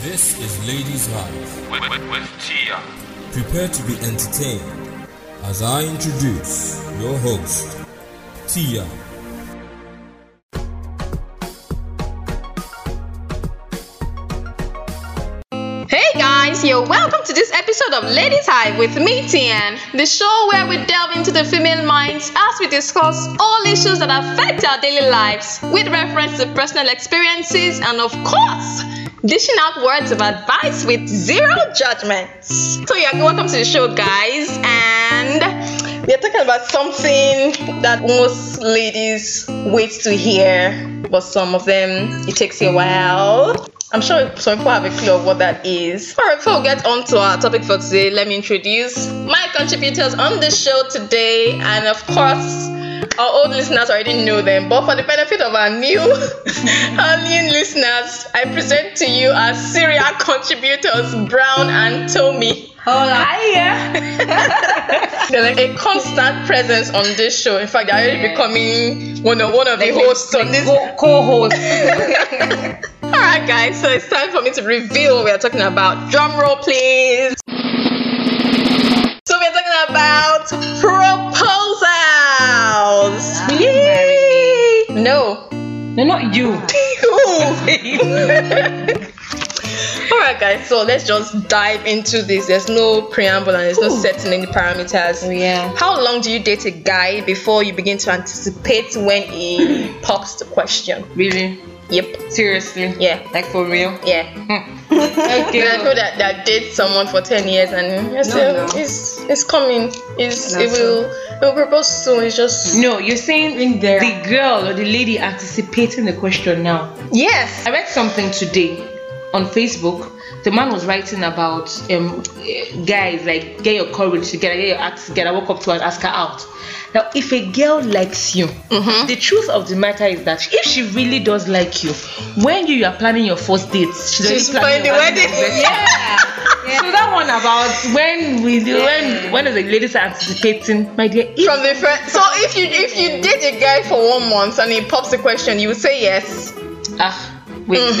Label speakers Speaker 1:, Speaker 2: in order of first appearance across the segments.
Speaker 1: This is Ladies Live.
Speaker 2: with, with, with Tia.
Speaker 1: Prepare to be entertained as I introduce your host, Tia.
Speaker 3: Hey guys, you're welcome to this episode of Ladies High with me, Tian, the show where we delve into the female minds as we discuss all issues that affect our daily lives with reference to personal experiences and, of course, dishing out words of advice with zero judgments. So, yeah, welcome to the show, guys, and we're talking about something that most ladies wait to hear, but some of them it takes you a while. I'm sure some people have a clue of what that is. All right, before we get on to our topic for today, let me introduce my contributors on the show today. And of course, our old listeners already know them, but for the benefit of our new, our new listeners, I present to you our serial contributors, Brown and Tommy. They're like a constant presence on this show. In fact, they're already becoming one of one of the hosts on this
Speaker 4: co-host.
Speaker 3: Alright, guys, so it's time for me to reveal what we are talking about. Drum roll, please. So, we're talking about proposals. Yay! No.
Speaker 4: no, not you.
Speaker 3: Alright, guys, so let's just dive into this. There's no preamble and there's no setting any parameters.
Speaker 4: Oh, yeah.
Speaker 3: How long do you date a guy before you begin to anticipate when he pops the question?
Speaker 4: Really?
Speaker 3: Yep.
Speaker 4: Seriously?
Speaker 3: Yeah.
Speaker 4: Like for real?
Speaker 3: Yeah.
Speaker 4: Okay.
Speaker 3: There are people that, that date someone for 10 years and yes,
Speaker 4: No, no.
Speaker 3: it's it's coming. It's,
Speaker 4: No,
Speaker 3: it will it will propose soon. It's just
Speaker 4: No, you're saying
Speaker 5: in there.
Speaker 4: the girl or the lady anticipating the question now.
Speaker 3: yes.
Speaker 4: I read something today on Facebook. The man was writing about um, eh, guys like get your courage together, get your act together, walk up to her and ask her out. Now, if a girl likes you, the truth of the matter is that if she really does like you, when you are planning your first date, she's,
Speaker 3: She's
Speaker 4: already
Speaker 3: planning the
Speaker 4: planning
Speaker 3: wedding.
Speaker 4: Yeah. So that one about when we do when when is the ladies anticipating, my dear, if
Speaker 3: From the friend. So if you if you date a guy for one month and he pops the question, you would say yes.
Speaker 4: ah wait,
Speaker 3: Mm-hmm.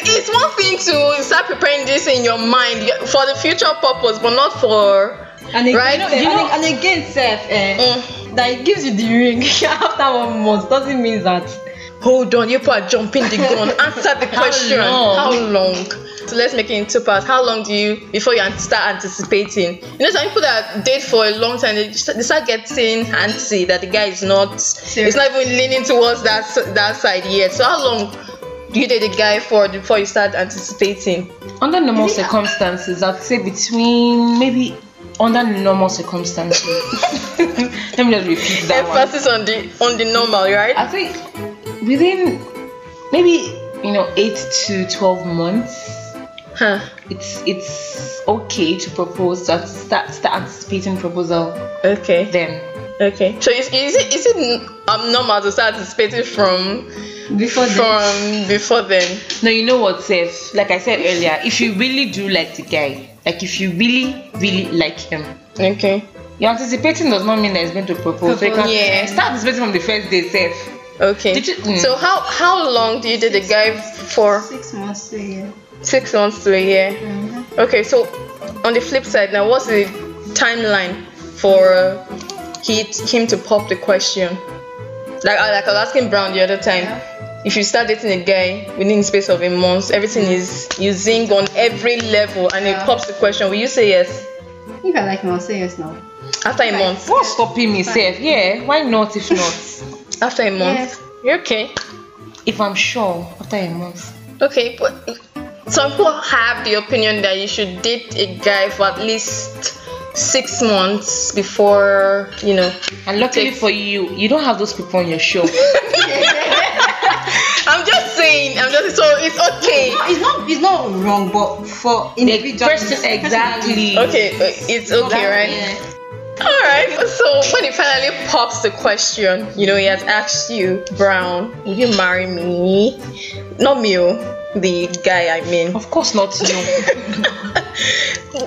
Speaker 3: Hmm. it's one thing to start preparing this in your mind y- for the future purpose, but not for
Speaker 5: And again,
Speaker 3: Right?
Speaker 5: sef,
Speaker 3: You know-
Speaker 5: and, and again, self, eh,
Speaker 3: Mm.
Speaker 5: that it gives you the ring after one month doesn't mean that.
Speaker 3: Hold on, you people are jumping the gun. Answer the question.
Speaker 4: long?
Speaker 3: How long? So let's make it in two parts. How long do you before you an- start anticipating? You know, some people that date for a long time, they, st- they start getting antsy that the guy is not, it's not even leaning towards that s- that side yet. So how long do you date the guy for before you start anticipating?
Speaker 4: under normal circumstances i'd say between maybe under normal circumstances let me just repeat that one
Speaker 3: Emphasis on the on the normal, right?
Speaker 4: i think within maybe you know 8 to 12 months
Speaker 3: Huh.
Speaker 4: it's it's okay to propose so I'd start start anticipating proposal
Speaker 3: Okay.
Speaker 4: then
Speaker 3: Okay. So is, is it is it n- abnormal to start anticipating from
Speaker 5: Before the
Speaker 3: from before then?
Speaker 4: now you know what Seth? like i said earlier if you really do like the guy like if you really really like him
Speaker 3: Okay.
Speaker 4: you're anticipating does not mean that he's going to propose. So you can
Speaker 3: Propose, yeah.
Speaker 4: start anticipating from the first day, safe.
Speaker 3: Okay.
Speaker 4: Did you- mm.
Speaker 3: So how how long do you date the guy for?
Speaker 5: six months, Uh-huh. yeah.
Speaker 3: Six months to a year. Okay. So on the flip side, now what's the timeline for uh, he him to pop the question? Like I like I was asking Brown the other time. If you start dating a guy within the space of a month, everything is you zing on every level, and it
Speaker 5: Yeah.
Speaker 3: pops the question. Will you say yes
Speaker 5: If I like him, I'll say yes now.
Speaker 3: after a month?
Speaker 4: What's stopping me, safe? Yeah, why not if not?
Speaker 3: After a month,
Speaker 5: Yes.
Speaker 3: you're okay.
Speaker 4: if I'm sure after a month.
Speaker 3: Okay, but some people have the opinion that you should date a guy for at least six months before you know.
Speaker 4: And luckily for you, you don't have those people on your show.
Speaker 3: I'm just saying. I'm just so it's okay.
Speaker 5: No, it's not. It's not wrong, but for
Speaker 4: the
Speaker 5: individual.
Speaker 4: person exactly.
Speaker 3: Okay, uh, it's okay, right?
Speaker 5: Yeah.
Speaker 3: All right. So when he finally pops the question, you know, he has asked you, Brown, will you marry me? Not me, oh, the guy. I mean,
Speaker 4: Of course not you.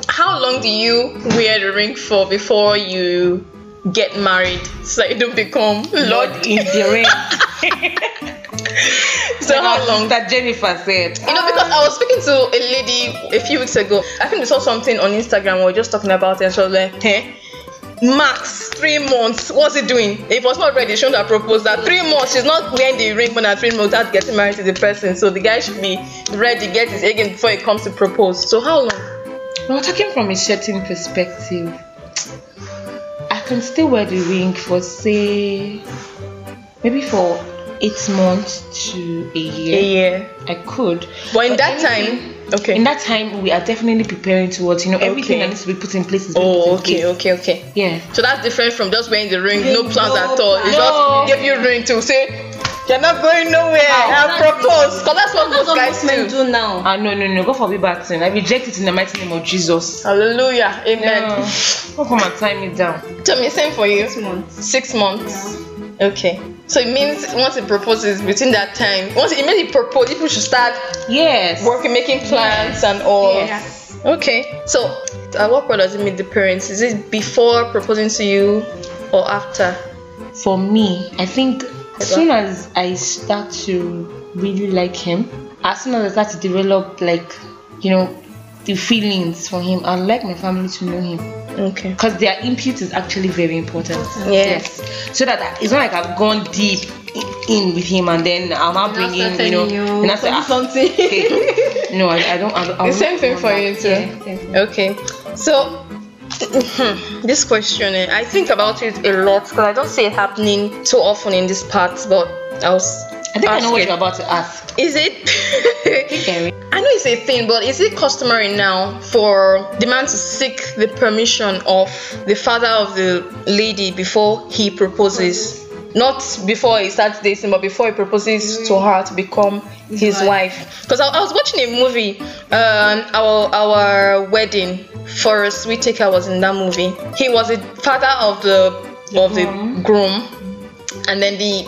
Speaker 3: how long do you wear the ring for before you get married, so that you don't become Lord
Speaker 4: Lord in the rain.
Speaker 3: so how long?
Speaker 4: That Jennifer said.
Speaker 3: You know, because I was speaking to a lady a few weeks ago. I think we saw something on Instagram. We were just talking about it, and she was like, "Hey, max three months. What's it doing? If it was not ready, she shouldn't have proposed that three months. She's not wearing the ring more than three months without getting married to the person. So the guy should be ready, get his egg in before he comes to propose. So how long?
Speaker 4: We're talking from a certain perspective. I can still wear the ring for say maybe for eight months to a year.
Speaker 3: year.
Speaker 4: I could.
Speaker 3: But in that
Speaker 4: anything-
Speaker 3: time, okay.
Speaker 4: in that time we are definitely preparing towards you know everything
Speaker 3: Okay.
Speaker 4: that needs to be put in place is being
Speaker 3: oh,
Speaker 4: put
Speaker 3: okay,
Speaker 4: in place.
Speaker 3: okay, okay.
Speaker 4: Yeah.
Speaker 3: So that's different from just wearing the ring, no plans
Speaker 4: No
Speaker 3: at all. It's
Speaker 4: plan.
Speaker 3: just give you ring to say you're not going nowhere. I'll propose. Because that's what
Speaker 5: That's
Speaker 3: most
Speaker 5: what
Speaker 3: guys
Speaker 5: most men
Speaker 3: do.
Speaker 5: do now.
Speaker 4: Ah no no no go for be bad thing. I reject it in the mighty name of Jesus.
Speaker 3: Hallelujah. Amen.
Speaker 4: No. Don't come and tie me down.
Speaker 3: Tommy, same for you.
Speaker 5: Six months.
Speaker 3: Six months. Okay. So it means once he proposes within that time, once it means he propose, people should start
Speaker 4: Yes.
Speaker 3: working, making plans and
Speaker 5: Oh.
Speaker 3: all.
Speaker 5: Yes.
Speaker 3: Okay. So at what point does it meet the parents? Is it before proposing to you or after?
Speaker 4: For me, I think as soon as I start to really like him, as soon as I start to develop like you know the feelings for him, I'd like my family to know him.
Speaker 3: Okay.
Speaker 4: because their input is actually very important.
Speaker 3: Yes.
Speaker 4: So that I- it's not like I've gone deep i- in with him and then I'm not
Speaker 5: And
Speaker 4: bringing,
Speaker 5: after
Speaker 4: you know,
Speaker 5: telling you
Speaker 4: and I say, ah,
Speaker 3: Something.
Speaker 4: okay. no, I, I don't. I, I
Speaker 5: Um,
Speaker 3: The same thing for you too. Okay, so this question, eh, I think about it a lot because I don't see it happening too often in this part, but I was.
Speaker 4: I think I know what
Speaker 3: asking,
Speaker 4: you're about to ask.
Speaker 3: Is it? I know it's a thing, but is it customary now for the man to seek the permission of the father of the lady before he proposes? Not before he starts dating, but before he proposes to her to become his,
Speaker 5: wife.
Speaker 3: wife. Because I, I was watching a movie, um, our our wedding. Forrest Whitaker was in that movie. He was the father of the of the groom, and then the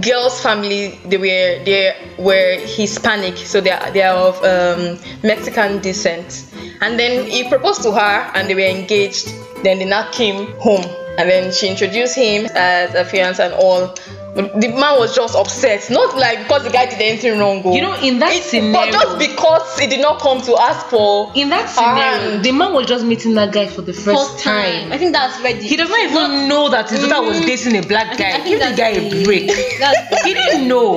Speaker 3: girl's family they were they were Hispanic, so they are they are of um, Mexican descent. And then he proposed to her, and they were engaged. Then they now came home, and then she introduced him as a fiance and all. But the man was just upset, not like because the guy did anything wrong. oh.
Speaker 4: You know, in that
Speaker 3: It's- but
Speaker 4: scenario,
Speaker 3: just because he did not come to ask for.
Speaker 4: in that scenario,
Speaker 3: Um,
Speaker 4: the man was just meeting that guy for the first,
Speaker 5: First
Speaker 4: time.
Speaker 5: time. I think that's ready.
Speaker 4: He does not even know that his daughter
Speaker 5: Mm.
Speaker 4: was dating a black guy. Give the guy a break.
Speaker 5: That's
Speaker 4: he didn't know.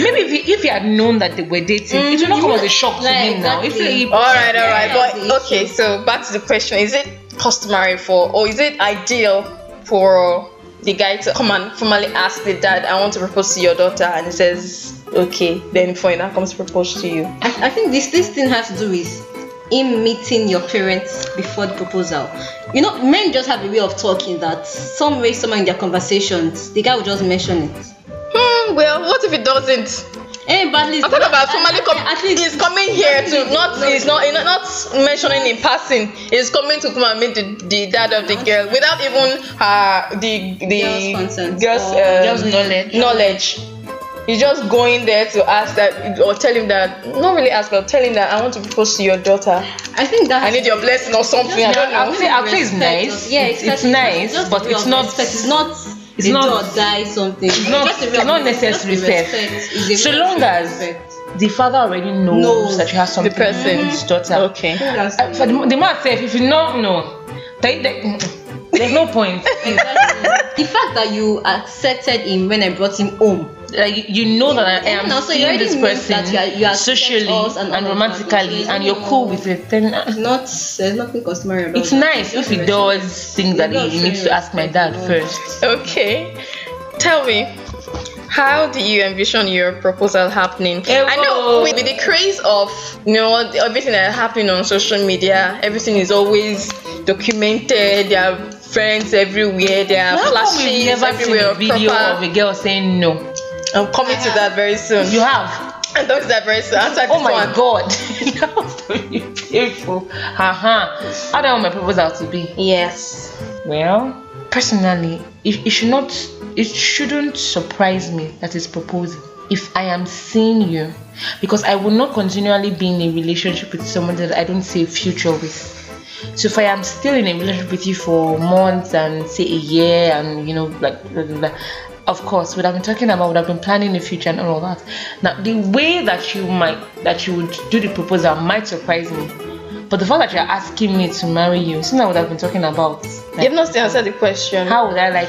Speaker 4: Maybe if he, if he had known that they were dating, it would not come as a shock to
Speaker 5: Mm, Like,
Speaker 4: him now. If
Speaker 5: exactly.
Speaker 4: he,
Speaker 3: All right, all right,
Speaker 5: that's the
Speaker 3: but okay. So back to the question: Is it customary for, or is it ideal for the guy to come and formally ask the dad, "I want to propose to your daughter," and he says, "Okay," then before he now comes to propose to you?
Speaker 5: I, I think this this thing has to do with him meeting your parents before the proposal. You know, men just have a way of talking that some way, somehow in their conversations, the guy will just mention it.
Speaker 3: Hmm. Well, what if he doesn't?
Speaker 5: Hey, but at least
Speaker 3: I'm talking about formally. Com-
Speaker 5: at least
Speaker 3: he's coming here to not. He's not. He's not mentioning in passing. He's coming to come and meet the, the dad of the girl without even her the the
Speaker 5: Girl's consent
Speaker 3: girl's,
Speaker 5: or
Speaker 3: um,
Speaker 4: just knowledge.
Speaker 3: knowledge. You're just going there to ask that or tell him that not really ask but tell him that I want to propose to your daughter.
Speaker 5: I think that
Speaker 3: I need your blessing or something. I don't
Speaker 4: I'll
Speaker 3: know.
Speaker 4: say, I'll say it's nice.
Speaker 5: Yeah,
Speaker 4: it's, it's
Speaker 5: exactly.
Speaker 4: nice,
Speaker 5: just
Speaker 4: but
Speaker 5: a way
Speaker 4: it's
Speaker 5: of
Speaker 4: not.
Speaker 5: respect. It's not.
Speaker 4: it's
Speaker 5: It's not
Speaker 4: not-
Speaker 5: or die something. It's
Speaker 4: not-
Speaker 5: just a way
Speaker 4: it's
Speaker 5: of
Speaker 4: not
Speaker 5: respect.
Speaker 4: necessary
Speaker 5: Just a
Speaker 4: self.
Speaker 5: respect. It's a
Speaker 4: So
Speaker 5: way of
Speaker 4: long as-
Speaker 5: respect.
Speaker 4: The father already knows,
Speaker 5: Knows
Speaker 4: that you have something
Speaker 3: the person.
Speaker 4: with his daughter.
Speaker 3: Okay.
Speaker 4: Uh, for the, the man said, if you don't know, they, they, mm, there's no point.
Speaker 5: the fact that you accepted him when I brought him home.
Speaker 4: Like you- you know that I am
Speaker 5: Even also, you
Speaker 4: seeing
Speaker 5: already
Speaker 4: this
Speaker 5: know
Speaker 4: person
Speaker 5: that you are- you are
Speaker 4: socially
Speaker 5: us
Speaker 4: and,
Speaker 5: and all of that.
Speaker 4: romantically,
Speaker 5: Okay,
Speaker 4: and you're
Speaker 5: no.
Speaker 4: cool with it. Then uh,
Speaker 5: Not there's nothing customary about
Speaker 4: it's
Speaker 5: that.
Speaker 4: nice if he does things that
Speaker 5: You're
Speaker 4: he
Speaker 5: not
Speaker 4: needs to
Speaker 5: sure.
Speaker 4: ask my dad first.
Speaker 3: Okay. Tell me. How do you envision your proposal happening?
Speaker 4: Ewo.
Speaker 3: I know with the craze of you know what, everything that happening on social media, everything is always documented. There are friends everywhere. There are
Speaker 4: How come we've
Speaker 3: flashes
Speaker 4: never seen
Speaker 3: everywhere.
Speaker 4: a video
Speaker 3: proper-
Speaker 4: of a girl saying no?
Speaker 3: I'm coming to that very soon.
Speaker 4: You have.
Speaker 3: I'm coming to that very soon. Answer
Speaker 4: Oh
Speaker 3: this
Speaker 4: my
Speaker 3: one.
Speaker 4: god, that was very painful. Haha. I don't want my proposal to be.
Speaker 3: Yes.
Speaker 4: Well, personally, it, it should not, it shouldn't surprise me that it's proposing. If I am seeing you, because I will not continually be in a relationship with someone that I don't see a future with. So if I am still in a relationship with you for months and say a year and you know like blah, blah, blah, of course, would have been talking about, would have been planning the future and all that. Now, the way that you might, that you would do the proposal might surprise me. But the fact that you're asking me to marry you, something I would have been talking about. Like,
Speaker 3: You've not still answered the question.
Speaker 4: How would I like?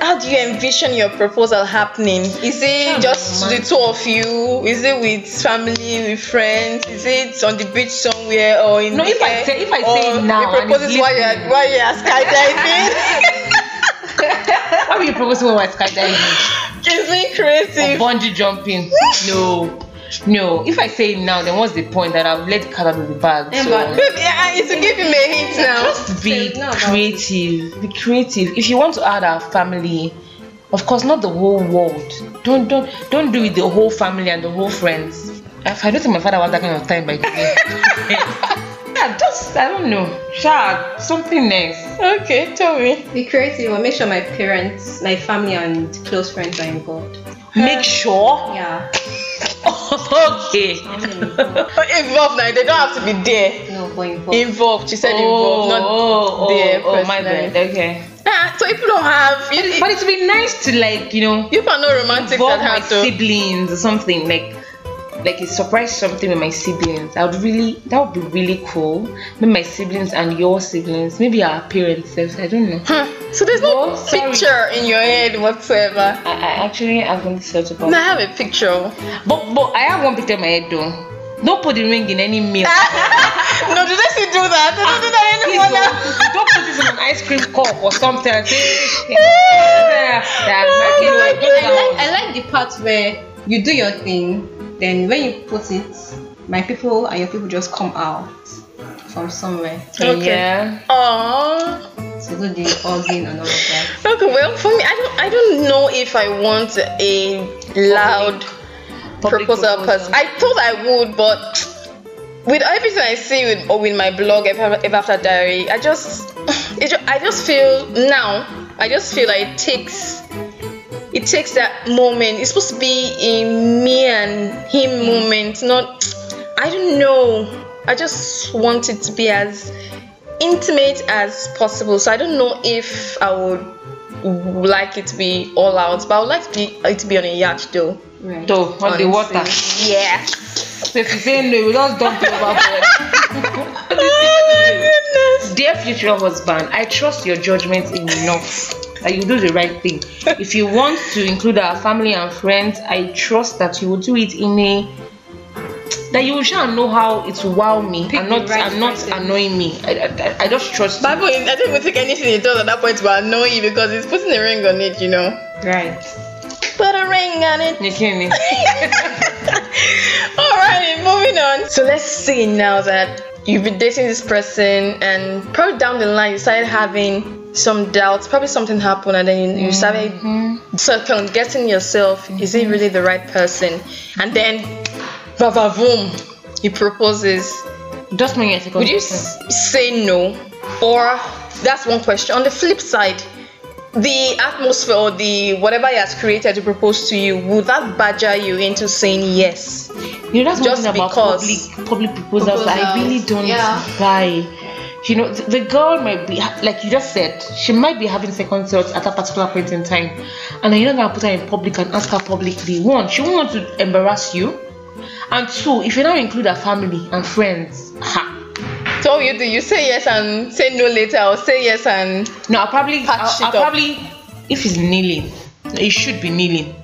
Speaker 3: How do you envision your proposal happening? Is it just the two of you? Is it with family, with friends? Is it on the beach somewhere or in
Speaker 4: No,
Speaker 3: the
Speaker 4: if I
Speaker 3: air?
Speaker 4: say- if I say
Speaker 3: Or
Speaker 4: it now
Speaker 3: you
Speaker 4: and
Speaker 3: propose
Speaker 4: it's
Speaker 3: it while
Speaker 4: leaking.
Speaker 3: you're while you're skydiving.
Speaker 4: How will you propose when we're skydiving
Speaker 3: Is it
Speaker 4: or
Speaker 3: creative?
Speaker 4: bungee jumping? No, no. If I say it now, then what's the point that I've let the cat out of the bag?
Speaker 5: Yeah,
Speaker 4: so-
Speaker 5: but-
Speaker 3: Baby, I need to give him a hint now.
Speaker 4: just
Speaker 5: Say
Speaker 4: be
Speaker 5: it now about
Speaker 4: creative be creative if you want to add our family of course not the whole world don't don't don't do it the whole family and the whole friends if i don't think my father was that kind of time by today yeah just i don't know sha something else
Speaker 3: Okay, tell me.
Speaker 5: Be creative, but make sure my parents, my family, and close friends are involved.
Speaker 4: make sure
Speaker 5: Yeah.
Speaker 4: okay
Speaker 3: Involved now, they don't have to be there.
Speaker 5: No, but involved.
Speaker 3: Involved, she said involved, not
Speaker 4: oh,
Speaker 3: there
Speaker 4: oh, my
Speaker 3: personally.
Speaker 4: bad okay
Speaker 3: Ah, so people don't have you,
Speaker 4: but it would be nice to like you know
Speaker 3: you are not romantic that
Speaker 4: involve my
Speaker 3: hard to
Speaker 4: siblings or something like like a surprise something with my siblings i would really that would be really cool maybe my siblings and your siblings maybe our parents selves, i don't know
Speaker 3: Huh. So there's no
Speaker 4: Oh, sorry.
Speaker 3: picture in your head whatsoever.
Speaker 4: i, I actually i haven't thought about
Speaker 3: No, I have a picture.
Speaker 4: but but i have one picture in my head though don't put the ring in any meal
Speaker 3: No, do they still do that? They don't do that
Speaker 4: Please
Speaker 3: anymore now.
Speaker 4: don't, don't put this in an ice cream cup or something and say
Speaker 3: my
Speaker 5: I like, I like the part where you do your thing, then when you put it, my people and your people just come out from somewhere.
Speaker 3: Okay.
Speaker 4: yeah
Speaker 3: Aww.
Speaker 5: So do the organ and all of that.
Speaker 3: Okay, well for me, I don't, I don't know if I want a loud
Speaker 4: Public
Speaker 3: proposal
Speaker 4: proposal.
Speaker 3: because I thought I would, but with everything I see with or with my blog, Ever Ever After Diary, I just, it, ju- I just feel now, I just feel like it takes, it takes that moment. It's supposed to be a me and him moment, not. I don't know. I just want it to be as intimate as possible. So I don't know if I would like it to be all out, but I would like to be it to be on a yacht though.
Speaker 5: Right.
Speaker 4: though on
Speaker 5: Oh,
Speaker 4: the water
Speaker 3: Yeah.
Speaker 4: So if you say no, we just dump you overboard.
Speaker 3: Oh my goodness.
Speaker 4: Dear future husband, I trust your judgment enough that you do the right thing. If you want to include our family and friends, I trust that you will do it in a that you shall know how it will wow me
Speaker 5: Pick
Speaker 4: and
Speaker 5: the
Speaker 4: not
Speaker 5: right
Speaker 4: and not
Speaker 5: person.
Speaker 4: annoying me. I, I, I just trust.
Speaker 3: Bible is, I don't even think anything it does at that point will annoy you because it's putting a ring on it, you know.
Speaker 5: Right.
Speaker 3: Put a ring on it.
Speaker 4: you. You kidding me?
Speaker 3: Alrighty, moving on. So let's see now that you've been dating this person and probably down the line you started having some doubts, probably something happened and then you, you started second guessing yourself, is it really the right person? And then bava boom, he proposes.
Speaker 4: Just me a second.
Speaker 3: Would you s- say no? Or that's one question. On the flip side, the atmosphere or the whatever he has created to propose to you, would that badger you into saying yes?
Speaker 4: You know, that's
Speaker 3: Just
Speaker 4: one thing about
Speaker 3: because-
Speaker 4: public public proposals. I
Speaker 5: Proposals,
Speaker 4: really don't
Speaker 5: yeah.
Speaker 4: buy. You know, th- the girl might be ha- like you just said. She might be having second thoughts at that particular point in time, and then you're not gonna put her in public and ask her publicly. One, she won't want to embarrass you, and two, if you don't include her family and friends, ha.
Speaker 3: So what you do you say yes and say no later or say yes and
Speaker 4: No, I'll probably,
Speaker 3: Patch
Speaker 4: I'll,
Speaker 3: it
Speaker 4: I'll
Speaker 3: up.
Speaker 4: probably, if it's kneeling, it should be kneeling.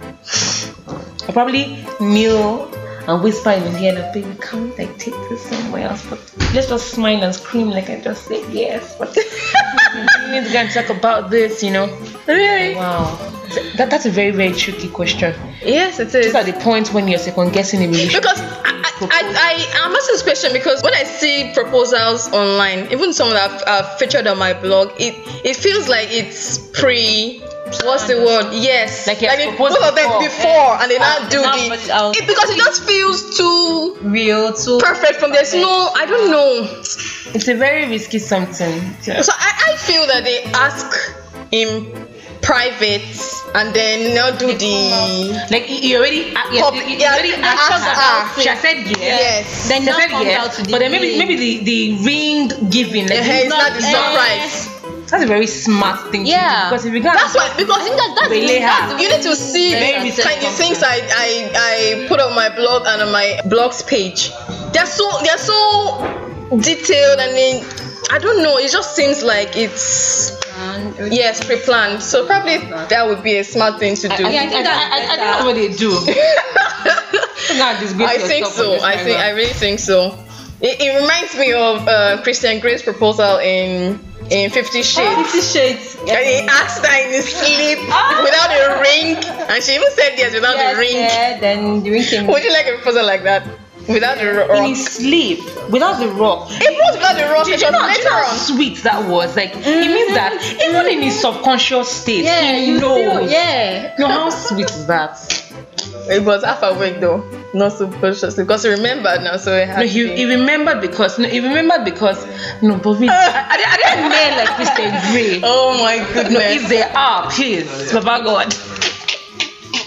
Speaker 4: I'll probably kneel and whisper in his ear, like, baby, can we like take this somewhere else? But let's just smile and scream like I just said yes. But we need to go and talk about this, you know?
Speaker 3: really?
Speaker 4: Wow. That, that's a very, very tricky question.
Speaker 3: Yes it is.
Speaker 4: These are the points when you're second guessing a relationship.
Speaker 3: Because I, I, I, I, I'm asking this question because when I see proposals online, even some that I've, I've featured on my blog, it, it feels like it's pre. What's the word? Yes.
Speaker 4: Like he has
Speaker 3: it-
Speaker 4: proposed
Speaker 3: both of them
Speaker 4: before.
Speaker 3: before, and they not do
Speaker 5: now
Speaker 3: the.
Speaker 5: put it out.
Speaker 3: It, because it just feels too
Speaker 5: Real too.
Speaker 3: perfect. From there's no, I don't know.
Speaker 4: It's a very risky something.
Speaker 3: So I, I feel that they ask in private and then now do the.
Speaker 4: Like, you you already, uh, yes,
Speaker 3: Public-
Speaker 4: you- you
Speaker 3: yeah,
Speaker 4: already
Speaker 3: you
Speaker 4: asked
Speaker 3: asked
Speaker 4: about
Speaker 3: her.
Speaker 4: She has said
Speaker 3: Yes.
Speaker 5: Then
Speaker 4: They
Speaker 5: now
Speaker 4: said
Speaker 5: comes
Speaker 4: yes,
Speaker 5: out to the
Speaker 4: but then maybe maybe the, the ring giving like
Speaker 3: The hair is
Speaker 4: it's
Speaker 3: not the
Speaker 4: eh,
Speaker 3: surprise.
Speaker 4: that's a very smart thing
Speaker 5: Yeah.
Speaker 4: to do because if you can't
Speaker 3: That's why because you that that's,
Speaker 4: Relay her.
Speaker 3: that's you need to see
Speaker 4: Relay
Speaker 3: the
Speaker 4: herself
Speaker 3: kind of things I, I I
Speaker 4: something.
Speaker 3: put on my blog and on my blog's page. They're so they're so detailed and then I don't know. It just seems like it's
Speaker 5: And
Speaker 3: yes pre-planned. So probably that would be a smart thing to do.
Speaker 4: I, I,
Speaker 5: Yeah, I
Speaker 4: think
Speaker 5: think
Speaker 4: I, I, I think that's what they do. Don't go and disgrace
Speaker 3: I think
Speaker 4: yourself
Speaker 3: so.
Speaker 4: on this
Speaker 3: I think I
Speaker 4: program.
Speaker 3: really think so. It, it reminds me of uh, Christian Grey's proposal in in Fifty Shades.
Speaker 5: Fifty Shades.
Speaker 3: And he asked her in his sleep without a ring, and she even said yes without a ring.
Speaker 5: Yeah, then the ring came.
Speaker 3: Would you like a proposal like that without the ro- rock?
Speaker 4: in his sleep without the rock.
Speaker 3: It was without the rock.
Speaker 4: Do
Speaker 3: It
Speaker 4: you
Speaker 3: was
Speaker 4: know do you know
Speaker 3: later
Speaker 4: how
Speaker 3: on.
Speaker 4: sweet that was? Like it means that even in his subconscious state,
Speaker 5: Yeah,
Speaker 4: he
Speaker 5: you
Speaker 4: knows.
Speaker 5: feel- yeah.
Speaker 4: No, how sweet is that?
Speaker 3: It was half awake though, not subconsciously because he remembered now, so it had
Speaker 4: No,
Speaker 3: to
Speaker 4: he,
Speaker 3: be.
Speaker 4: he remembered because no, he remembered because no, but we, are, are, there- are there men like Mr. Grey?
Speaker 3: Oh my
Speaker 4: no, if
Speaker 3: goodness!
Speaker 4: they are, please, Baba God.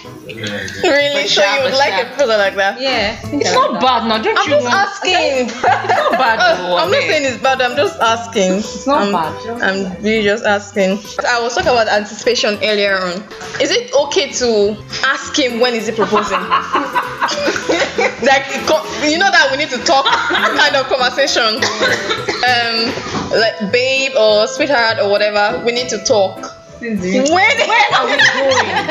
Speaker 3: really? So
Speaker 4: Basha,
Speaker 3: you would like a
Speaker 4: Basha.
Speaker 3: proposal like that?
Speaker 5: Yeah.
Speaker 4: It's not bad now, don't
Speaker 3: I'm
Speaker 4: you
Speaker 3: just
Speaker 4: know?
Speaker 3: asking.
Speaker 4: not bad though,
Speaker 3: I'm not
Speaker 4: okay.
Speaker 3: saying it's bad. I'm just asking. It's
Speaker 4: not
Speaker 3: I'm,
Speaker 4: bad.
Speaker 3: I'm really just asking. I was talking about anticipation earlier on. Is it okay to ask him when is he proposing? like co- you know that we need to talk kind of conversation. Um, like babe or sweetheart or whatever. We need to talk. When?
Speaker 4: Where are we going?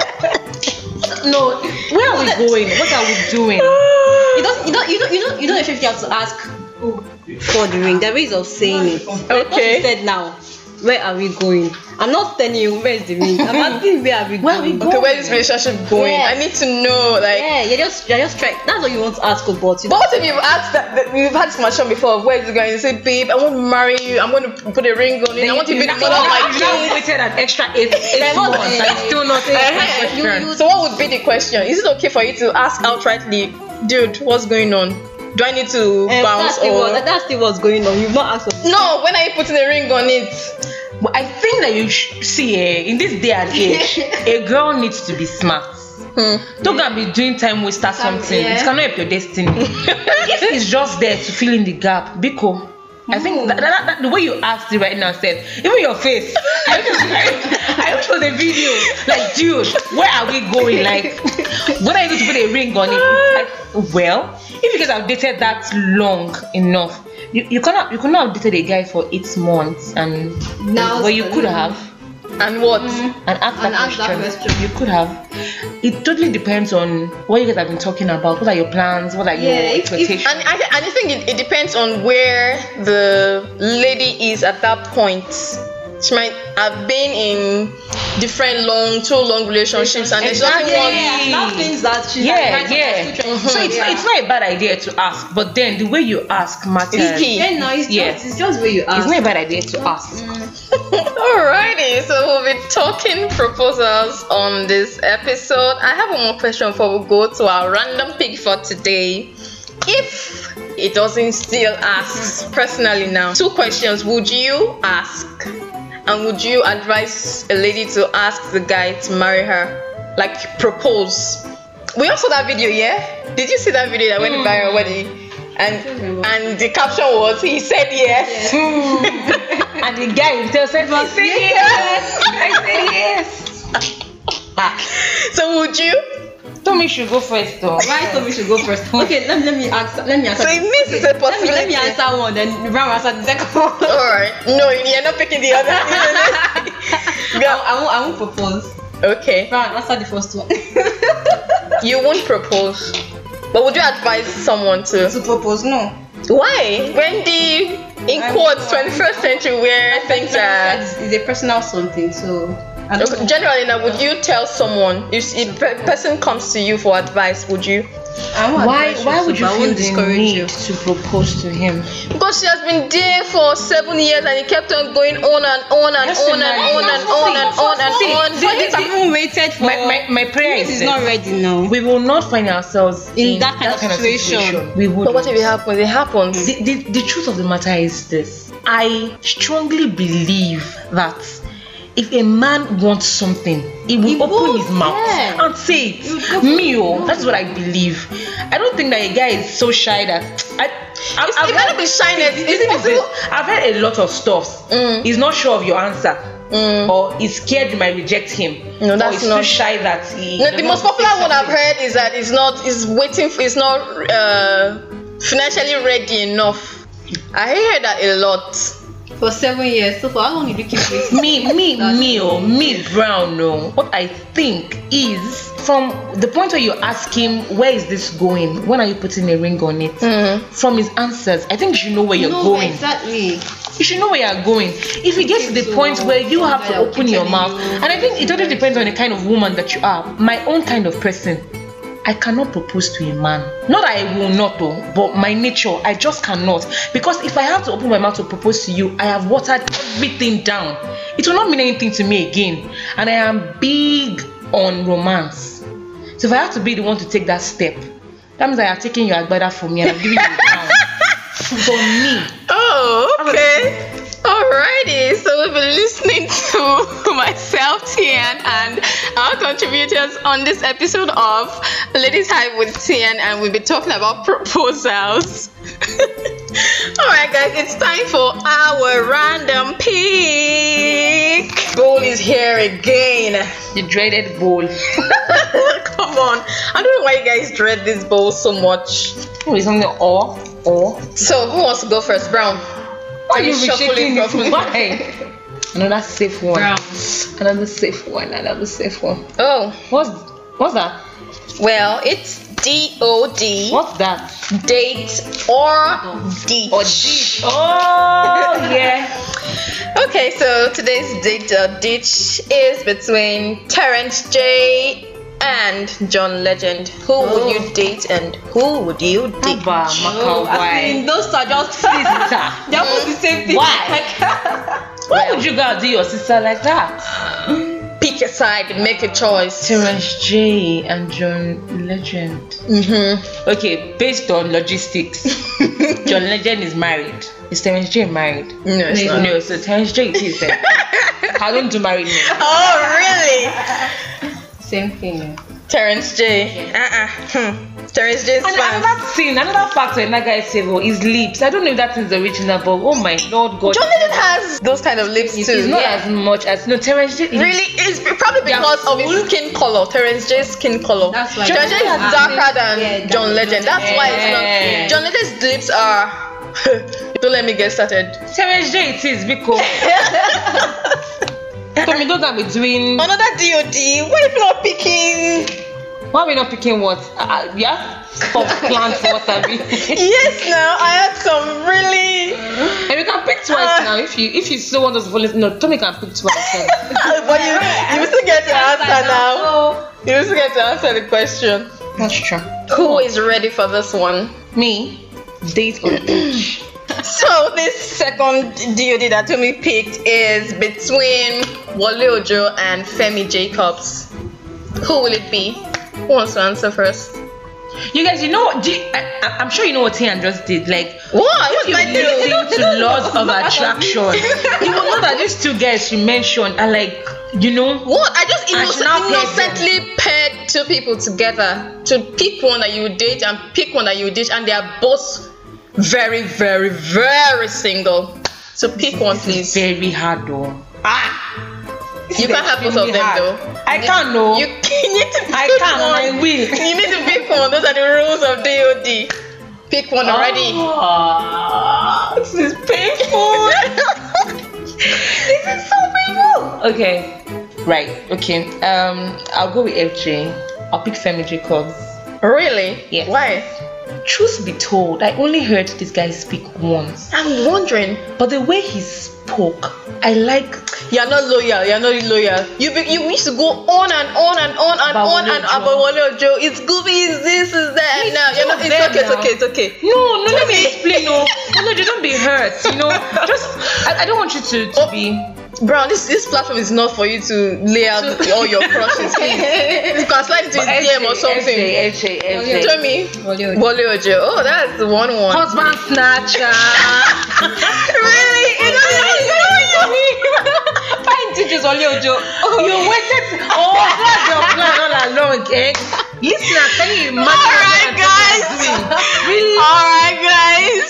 Speaker 4: no, where are we going? What are we doing?
Speaker 5: You don't, you don't, you don't, you don't, you don't actually have to ask for the ring. There is of saying it. Like what
Speaker 3: Okay.
Speaker 5: you said now. Where are we going? I'm not telling you where is the ring. I'm asking where are we
Speaker 4: Where are we
Speaker 5: going?
Speaker 4: going?
Speaker 3: Okay, where is relationship going?
Speaker 5: Yeah.
Speaker 3: I need to know. Like.
Speaker 5: Yeah, you're just, you're just trying. That's what you want to ask about. You
Speaker 3: But what if you've asked that, that we've had this question before of where is it going? You say, babe, I want to marry you, I'm going to put a ring on it, I want to be the mother of my
Speaker 4: You now
Speaker 3: kids.
Speaker 4: waited an extra eight, eight
Speaker 5: not-
Speaker 4: months and still not
Speaker 3: Eh,
Speaker 4: answered the
Speaker 3: you-
Speaker 4: question.
Speaker 3: you- So what would be the question? Is it okay for you to ask outrightly, dude, what's going on? Do I need to
Speaker 5: Um,
Speaker 3: bounce
Speaker 5: that's, the
Speaker 3: or
Speaker 5: what, that's the what's going on. You've not asked for
Speaker 3: no, when are you putting a ring on it?
Speaker 4: But I think that you sh- see eh, in this day and age, a girl needs to be smart. Don't go and be doing time waster something. It
Speaker 5: yeah.
Speaker 4: cannot help your destiny. if it's just there to fill in the gap, Biko. I think that, that, that, the way you asked it right now said, even your face. I wish- I I wish for the video. Like, dude, where are we going? Like, when are you going to put a ring on it? Like, well, if you guys have dated that long enough, you, you cannot you could not have dated a guy for eight months and
Speaker 5: Now-
Speaker 4: well you could have Mm-hmm.
Speaker 3: And what?
Speaker 4: and ask,
Speaker 5: And
Speaker 4: that,
Speaker 5: ask that
Speaker 4: question.
Speaker 5: question.
Speaker 4: You could have. It totally depends on what you guys have been talking about. What are your plans? What are
Speaker 5: Yeah,
Speaker 4: your
Speaker 5: if- if-
Speaker 4: expectations?
Speaker 3: And I, and I think it, it depends on where the lady is at that point. She might have been in different long, too long relationships, and there's nothing
Speaker 4: Exactly.
Speaker 3: wrong
Speaker 5: Yeah, that means that she's
Speaker 4: yeah,
Speaker 5: like,
Speaker 4: yeah. So it's,
Speaker 5: yeah.
Speaker 4: it's not a bad idea to ask, but then the way you ask matters.
Speaker 3: It's key.
Speaker 5: Yeah, no, it's
Speaker 4: Yeah. Mm.
Speaker 5: just, it's just where you
Speaker 4: It's
Speaker 5: ask.
Speaker 4: not a bad idea to ask.
Speaker 3: Alrighty, so we'll be talking proposals on this episode. I have one more question before we go to our random pick for today. If it doesn't still ask personally now, two questions would you ask? And would you advise a lady to ask the guy to marry her? Like propose. We all saw that video, yeah? Did you see that video that went viral when he and and the caption was he said yes.
Speaker 4: and the guy himself said, I said yes. I said yes. Ah,
Speaker 3: So would you?
Speaker 4: Tommy should go first though.
Speaker 5: Why so we should go first? Okay, let me let me ask let me answer.
Speaker 3: So it means it's a
Speaker 5: Let me, let
Speaker 3: possibility.
Speaker 5: me answer one, then the brown answer the second one.
Speaker 3: Alright. No, you're not picking the other.
Speaker 5: I, I won't I won't propose.
Speaker 3: eh? okay.
Speaker 5: Brown answer the first one.
Speaker 3: You won't propose. But would you advise someone to?
Speaker 5: to propose, no.
Speaker 3: Why? When the in quotes 21st century where things are
Speaker 5: It's, it's a personal something, so I don't
Speaker 3: Okay,
Speaker 5: know.
Speaker 3: generally now would you tell someone if if a person comes to you for advice would you
Speaker 5: I won't
Speaker 4: Why
Speaker 5: advise
Speaker 4: why
Speaker 5: so,
Speaker 4: would you
Speaker 5: but I
Speaker 4: feel
Speaker 5: won't
Speaker 4: the need to propose to him?
Speaker 3: because she has been there for seven years and it kept on going on and on and
Speaker 4: Just
Speaker 3: on and
Speaker 4: imagine.
Speaker 3: on and on and on and on
Speaker 5: See, this I've even waited for
Speaker 4: My my, my prayer
Speaker 5: this
Speaker 4: is
Speaker 5: is not
Speaker 4: this.
Speaker 5: ready now.
Speaker 4: we will not find ourselves
Speaker 5: In that kind of situation.
Speaker 4: We would.
Speaker 3: but what if it happens it happens
Speaker 4: the, the, the truth of the matter is this I strongly believe that if a man wants something he will
Speaker 5: He
Speaker 4: open
Speaker 5: will,
Speaker 4: his mouth
Speaker 5: yeah.
Speaker 4: and say
Speaker 5: He will
Speaker 4: it
Speaker 5: open
Speaker 4: me
Speaker 5: his
Speaker 4: oh
Speaker 5: mouth.
Speaker 4: that's what i believe i don't think that a guy is so shy that i i
Speaker 3: It's- it better be shyness.
Speaker 4: the
Speaker 3: Is
Speaker 4: thing
Speaker 3: it
Speaker 4: this,
Speaker 3: possible?
Speaker 4: i've heard a lot of stuff
Speaker 3: Mm.
Speaker 4: he's not sure of your answer
Speaker 3: Mm.
Speaker 4: or he's scared you might reject him
Speaker 3: No,
Speaker 4: or
Speaker 3: that's
Speaker 4: he's too
Speaker 3: not-
Speaker 4: shy that he
Speaker 3: No,
Speaker 4: does
Speaker 3: the
Speaker 4: not
Speaker 3: most
Speaker 4: say
Speaker 3: popular one I've
Speaker 4: something.
Speaker 3: heard is that it's not it's waiting for it's not uh, financially ready enough. I hear that a lot.
Speaker 5: for seven years. So for how long did you keep it?
Speaker 4: me me me oh me brown no what i think is from the point where you ask him where is this going when are you putting a ring on it from his answers i think Mm-hmm. you should know where you're
Speaker 5: no,
Speaker 4: going
Speaker 5: exactly.
Speaker 4: you should know where you're going if you get to the
Speaker 5: So,
Speaker 4: point where you have to
Speaker 5: yeah,
Speaker 4: open your
Speaker 5: telling
Speaker 4: mouth
Speaker 5: you,
Speaker 4: and i think it totally depends on the kind of woman that you are my own kind of person i cannot propose to a man not that i will not though but my nature i just cannot because if i have to open my mouth to propose to you i have watered everything down it will not mean anything to me again and i am big on romance so if i have to be the one to take that step that means i have taken your agbada from me and i'm giving you a pound for me
Speaker 3: Oh, okay. Alrighty, so we've been listening to myself, Tian, and our contributors on this episode of Ladies Hive with Tian, and we'll be talking about proposals. Alright, guys, it's time for our random pick. Goal is here again.
Speaker 4: the dreaded bowl.
Speaker 3: Come on, I don't know why you guys dread this bowl so much.
Speaker 4: Oh, it's on the or or.
Speaker 3: So, who wants to go first, Brown? Are you shuffling properly?
Speaker 4: Why? Another safe one.
Speaker 5: Brown.
Speaker 4: Another safe one. Another safe one.
Speaker 3: Oh,
Speaker 4: What's what's that?
Speaker 3: Well, it's D O D,
Speaker 4: What's that?
Speaker 3: date or ditch.
Speaker 4: Oh yeah.
Speaker 3: Okay, so today's date or ditch is between Terrence J and John Legend. Who would you date and who would you date?
Speaker 4: Abba
Speaker 5: Oh, I mean,
Speaker 4: Makawai.
Speaker 5: those are just
Speaker 4: Sister.
Speaker 5: They're both the same thing.
Speaker 4: Why? Why would you go and do your sister like that?
Speaker 3: Pick a side, make a choice.
Speaker 4: Terence J and John Legend.
Speaker 3: Mm-hmm.
Speaker 4: Okay, based on logistics, John Legend is married. Is Terence J married?
Speaker 3: No, it's
Speaker 4: No,
Speaker 3: not.
Speaker 4: no, so Terence J it is then. I don't do married men.
Speaker 3: Oh,
Speaker 5: Same thing.
Speaker 3: really? Terrence J. Uh-uh. Hmm. Terrence J. is
Speaker 4: And
Speaker 3: fine.
Speaker 4: another thing, another factor in that guy's favor is lips. I don't know if that is original, but oh my lord, God,
Speaker 3: John Legend has those kind of lips
Speaker 4: it's
Speaker 3: too.
Speaker 4: not
Speaker 3: Yeah.
Speaker 4: as much as no Terence J. is-
Speaker 3: Really, it's probably
Speaker 4: They are
Speaker 3: because of his skin color, Terence J's skin color.
Speaker 5: That's why-
Speaker 3: Terence J is
Speaker 5: Yeah.
Speaker 3: darker than
Speaker 5: Yeah, than
Speaker 3: John Legend. That's why
Speaker 4: Yeah.
Speaker 3: it's not. John Legend's lips are. Don't let me get started.
Speaker 4: Terence J. It is because Tommy Dogan be doing.
Speaker 3: Another DOD. Why you not picking?
Speaker 4: Why we not picking what? Uh, yeah, for plans for what I mean. and
Speaker 3: Yes, now I had some really.
Speaker 4: we can pick
Speaker 3: Uh.
Speaker 4: twice now if you if you still want us to volunteer. No, Tommy can pick twice. Then.
Speaker 3: but you, you still get to answer now. You still get to answer the question.
Speaker 4: That's true.
Speaker 3: Who is ready for this one?
Speaker 4: Me, date or ditch.
Speaker 3: So this second DOD that Tomi picked is between Wale Ojo and Femi Jacobs. Who will it be? Who wants to answer first?
Speaker 4: You guys, you know what? Do you, I, I- I'm sure you know what Tian just did. Like,
Speaker 3: What? What's
Speaker 4: you
Speaker 3: my DOD?
Speaker 4: listen to laws of attraction, you will know that these two guys you mentioned are like, you know,
Speaker 3: What? I just
Speaker 4: I should not
Speaker 3: inno-
Speaker 4: pick
Speaker 3: innocently paired two people together to pick one that you date and pick one that you ditch, and they are both very, very, very single. So pick one,
Speaker 4: it's
Speaker 3: please.
Speaker 4: very hard though. Ah,
Speaker 3: You can't have both of them, though.
Speaker 4: I can't know.
Speaker 3: You, you need to pick
Speaker 4: I can't.
Speaker 3: one.
Speaker 4: and I will.
Speaker 3: you need to pick one. Those are the rules of DOD. Pick one already.
Speaker 4: Oh. Ah, this is painful. this is so painful. Okay, right. Okay. Um, I'll go with FJ. I'll pick Femi Jacobs.
Speaker 3: Really?
Speaker 4: Yes.
Speaker 3: Why?
Speaker 4: Truth be told, I only heard this guy speak once,
Speaker 3: I'm wondering.
Speaker 4: but the way he spoke, I like.
Speaker 3: You're not loyal. You're not loyal. You be, you used to go on and on and on and
Speaker 4: About
Speaker 3: on
Speaker 4: Wale
Speaker 3: and
Speaker 4: Ojo.
Speaker 3: about Wale Ojo. It's Gooby. It's this. It's that.
Speaker 4: It's
Speaker 3: no, you're not.
Speaker 4: just
Speaker 3: It's
Speaker 4: them
Speaker 3: okay. It's
Speaker 4: now.
Speaker 3: okay. It's okay.
Speaker 4: No, no, let me explain. No, no, no, you don't be hurt. You know, just I, I don't want you to, to
Speaker 3: Oh.
Speaker 4: be.
Speaker 3: Brown, this this platform is not for you to lay out all your crushes. Please, you can slide it to his DM or something.
Speaker 4: SJ, SJ,
Speaker 5: yeah.
Speaker 3: Tell me.
Speaker 5: Wale Ojo.
Speaker 3: Wale Ojo. Oh, that's the one one.
Speaker 4: Husband snatcher.
Speaker 3: really? It's not-
Speaker 4: I did
Speaker 5: this only Ojo. Oh,
Speaker 4: you waited oh that's your plan all along eh listener can you imagine
Speaker 3: Alright,
Speaker 4: what that person
Speaker 3: guys.
Speaker 4: is doing really
Speaker 3: Alright, guys.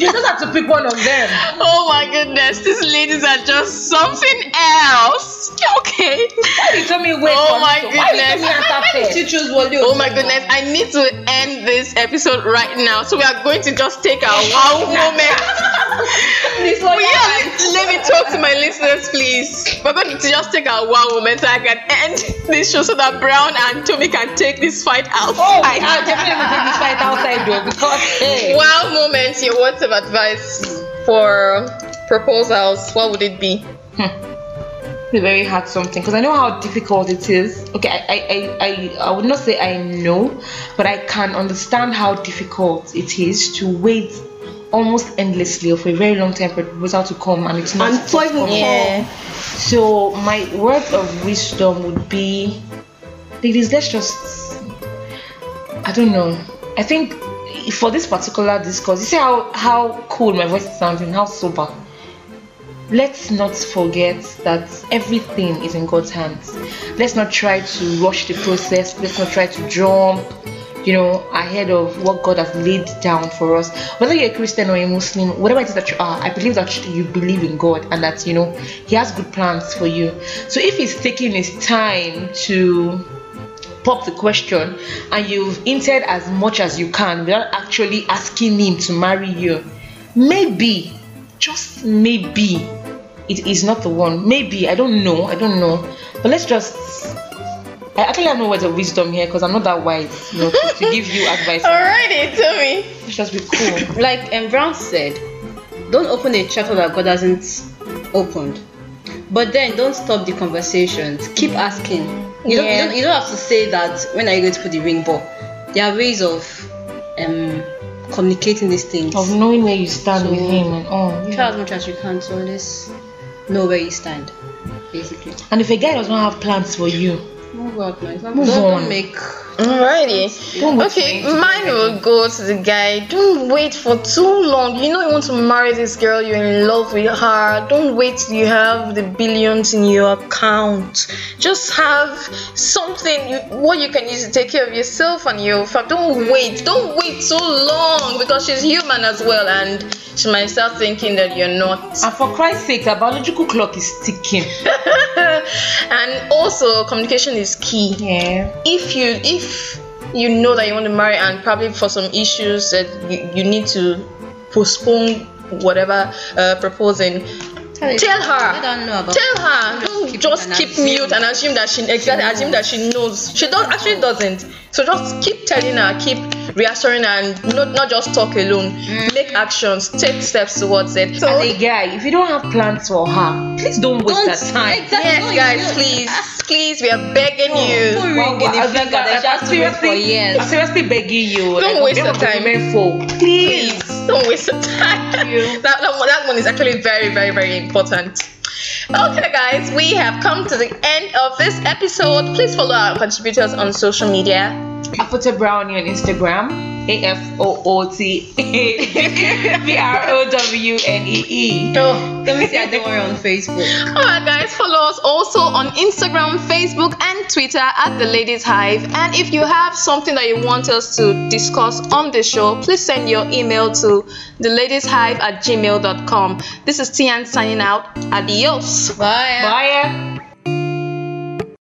Speaker 4: you just have to pick one of them
Speaker 3: oh my goodness, these ladies are just something else. Okay.
Speaker 4: why did you tell me wait
Speaker 3: Oh
Speaker 4: for me
Speaker 3: my
Speaker 4: to- why did you tell me
Speaker 3: goodness.
Speaker 4: answer
Speaker 5: why did
Speaker 4: first
Speaker 5: you choose Wale Ojo?
Speaker 3: Oh my goodness, I need to end this episode right now. So we are going to just take our wow moment.
Speaker 5: Please,
Speaker 3: Will
Speaker 4: Oh, iya.
Speaker 5: Wale
Speaker 3: you let-
Speaker 5: Ojo.
Speaker 3: let me talk to my listeners, please? We're going to just take our wow moment so I can end this show so that Brown and Tommy can take this fight
Speaker 4: oh
Speaker 3: outside.
Speaker 4: i definitely will take this fight outside though because hey
Speaker 3: wow moment, your words of advice for proposals, what would it be?
Speaker 4: It's a very hard something because I know how difficult it is. Okay, I, I, I, I, I would not say I know, but I can understand how difficult it is to wait almost endlessly or for a very long time for a proposal to come and it's not
Speaker 5: And so it will
Speaker 4: forthcoming.
Speaker 5: come.
Speaker 4: So my word of wisdom would be, ladies, let's just, I don't know. I think for this particular discourse, you see how how cool my voice is sounding, how sober. Let's not forget that everything is in God's hands. Let's not try to rush the process. Let's not try to jump, you know, ahead of what God has laid down for us. Whether you're a Christian or a Muslim, whatever it is that you are, I believe that you believe in God and that, you know, He has good plans for you. So if He's taking His time to pop the question and you've hinted as much as you can without actually asking him to marry you, maybe, just maybe, it is not the one. Maybe, I don't know, I don't know. But let's just. I actually have no words of wisdom here because I'm not that wise you know, to, to give you advice.
Speaker 3: Alrighty, Tommy.
Speaker 4: Let's just be cool.
Speaker 5: like M. Brown said, don't open a chapter that God hasn't opened. But then don't stop the conversations. Keep asking. You, don't, you,
Speaker 4: Yeah.
Speaker 5: don't, you don't have to say that when are you going to put the ring ball. There are ways of um, communicating these things.
Speaker 4: Of knowing where you stand with
Speaker 5: So-
Speaker 4: him and all.
Speaker 5: Try as much as you can to always know where you stand, basically.
Speaker 4: And if a guy does not have plans for you,
Speaker 5: Move on, man. Don't,
Speaker 4: Move
Speaker 5: don't
Speaker 4: on.
Speaker 5: make.
Speaker 3: Alrighty.
Speaker 4: Don't wait
Speaker 3: Okay,
Speaker 4: for me to
Speaker 3: mine will go to the guy. Don't wait for too long. You know you want to marry this girl, you're in love with her. Don't wait till you have the billions in your account. Just have something you, what you can use to take care of yourself and your family. Don't wait. Don't wait so long because she's human as well and she might start thinking that you're not.
Speaker 4: and for Christ's sake, the biological clock is ticking.
Speaker 3: and also communication is key.
Speaker 4: Yeah.
Speaker 3: if you if you know that you want to marry and probably for some issues that you, you need to postpone whatever uh, proposing tell
Speaker 5: I
Speaker 3: her
Speaker 5: don't know about
Speaker 3: tell her don't
Speaker 5: Keep
Speaker 3: just
Speaker 5: it
Speaker 3: keep
Speaker 5: and
Speaker 3: mute and assume that she exactly assume that she knows she does actually doesn't so just keep telling her keep reassuring her and not, not just talk alone
Speaker 5: Mm-hmm.
Speaker 3: make actions take steps towards it so
Speaker 4: As a guy, if you don't have plans for her, please don't waste
Speaker 5: Don't-
Speaker 4: that time.
Speaker 5: exactly.
Speaker 3: yes guys please please we are begging you
Speaker 5: Don't ring in the
Speaker 4: As a
Speaker 5: finger
Speaker 4: guy,
Speaker 5: that she
Speaker 4: I'm
Speaker 5: has to wait for
Speaker 4: seriously-
Speaker 5: years.
Speaker 4: I'm seriously begging you.
Speaker 3: Don't
Speaker 4: like,
Speaker 3: waste
Speaker 4: we
Speaker 3: your
Speaker 4: have a
Speaker 3: time.
Speaker 4: women folk. Please.
Speaker 3: please don't waste your time.
Speaker 4: you.
Speaker 3: That, that, one- that one is actually very, very, very important. Okay, guys, we have come to the end of this episode. Please follow our contributors on social media.
Speaker 4: Afota Brownie on Instagram. A F O O T B R O W N E E.
Speaker 3: Oh.
Speaker 5: Don't say I don't worry on Facebook.
Speaker 3: Alright, guys, follow us also on Instagram, Facebook, and Twitter at The Ladies Hive. And if you have something that you want us to discuss on the show, please send your email to theladieshive at gmail.com. This is Tian signing out. Adios.
Speaker 5: Bye.
Speaker 4: Bye.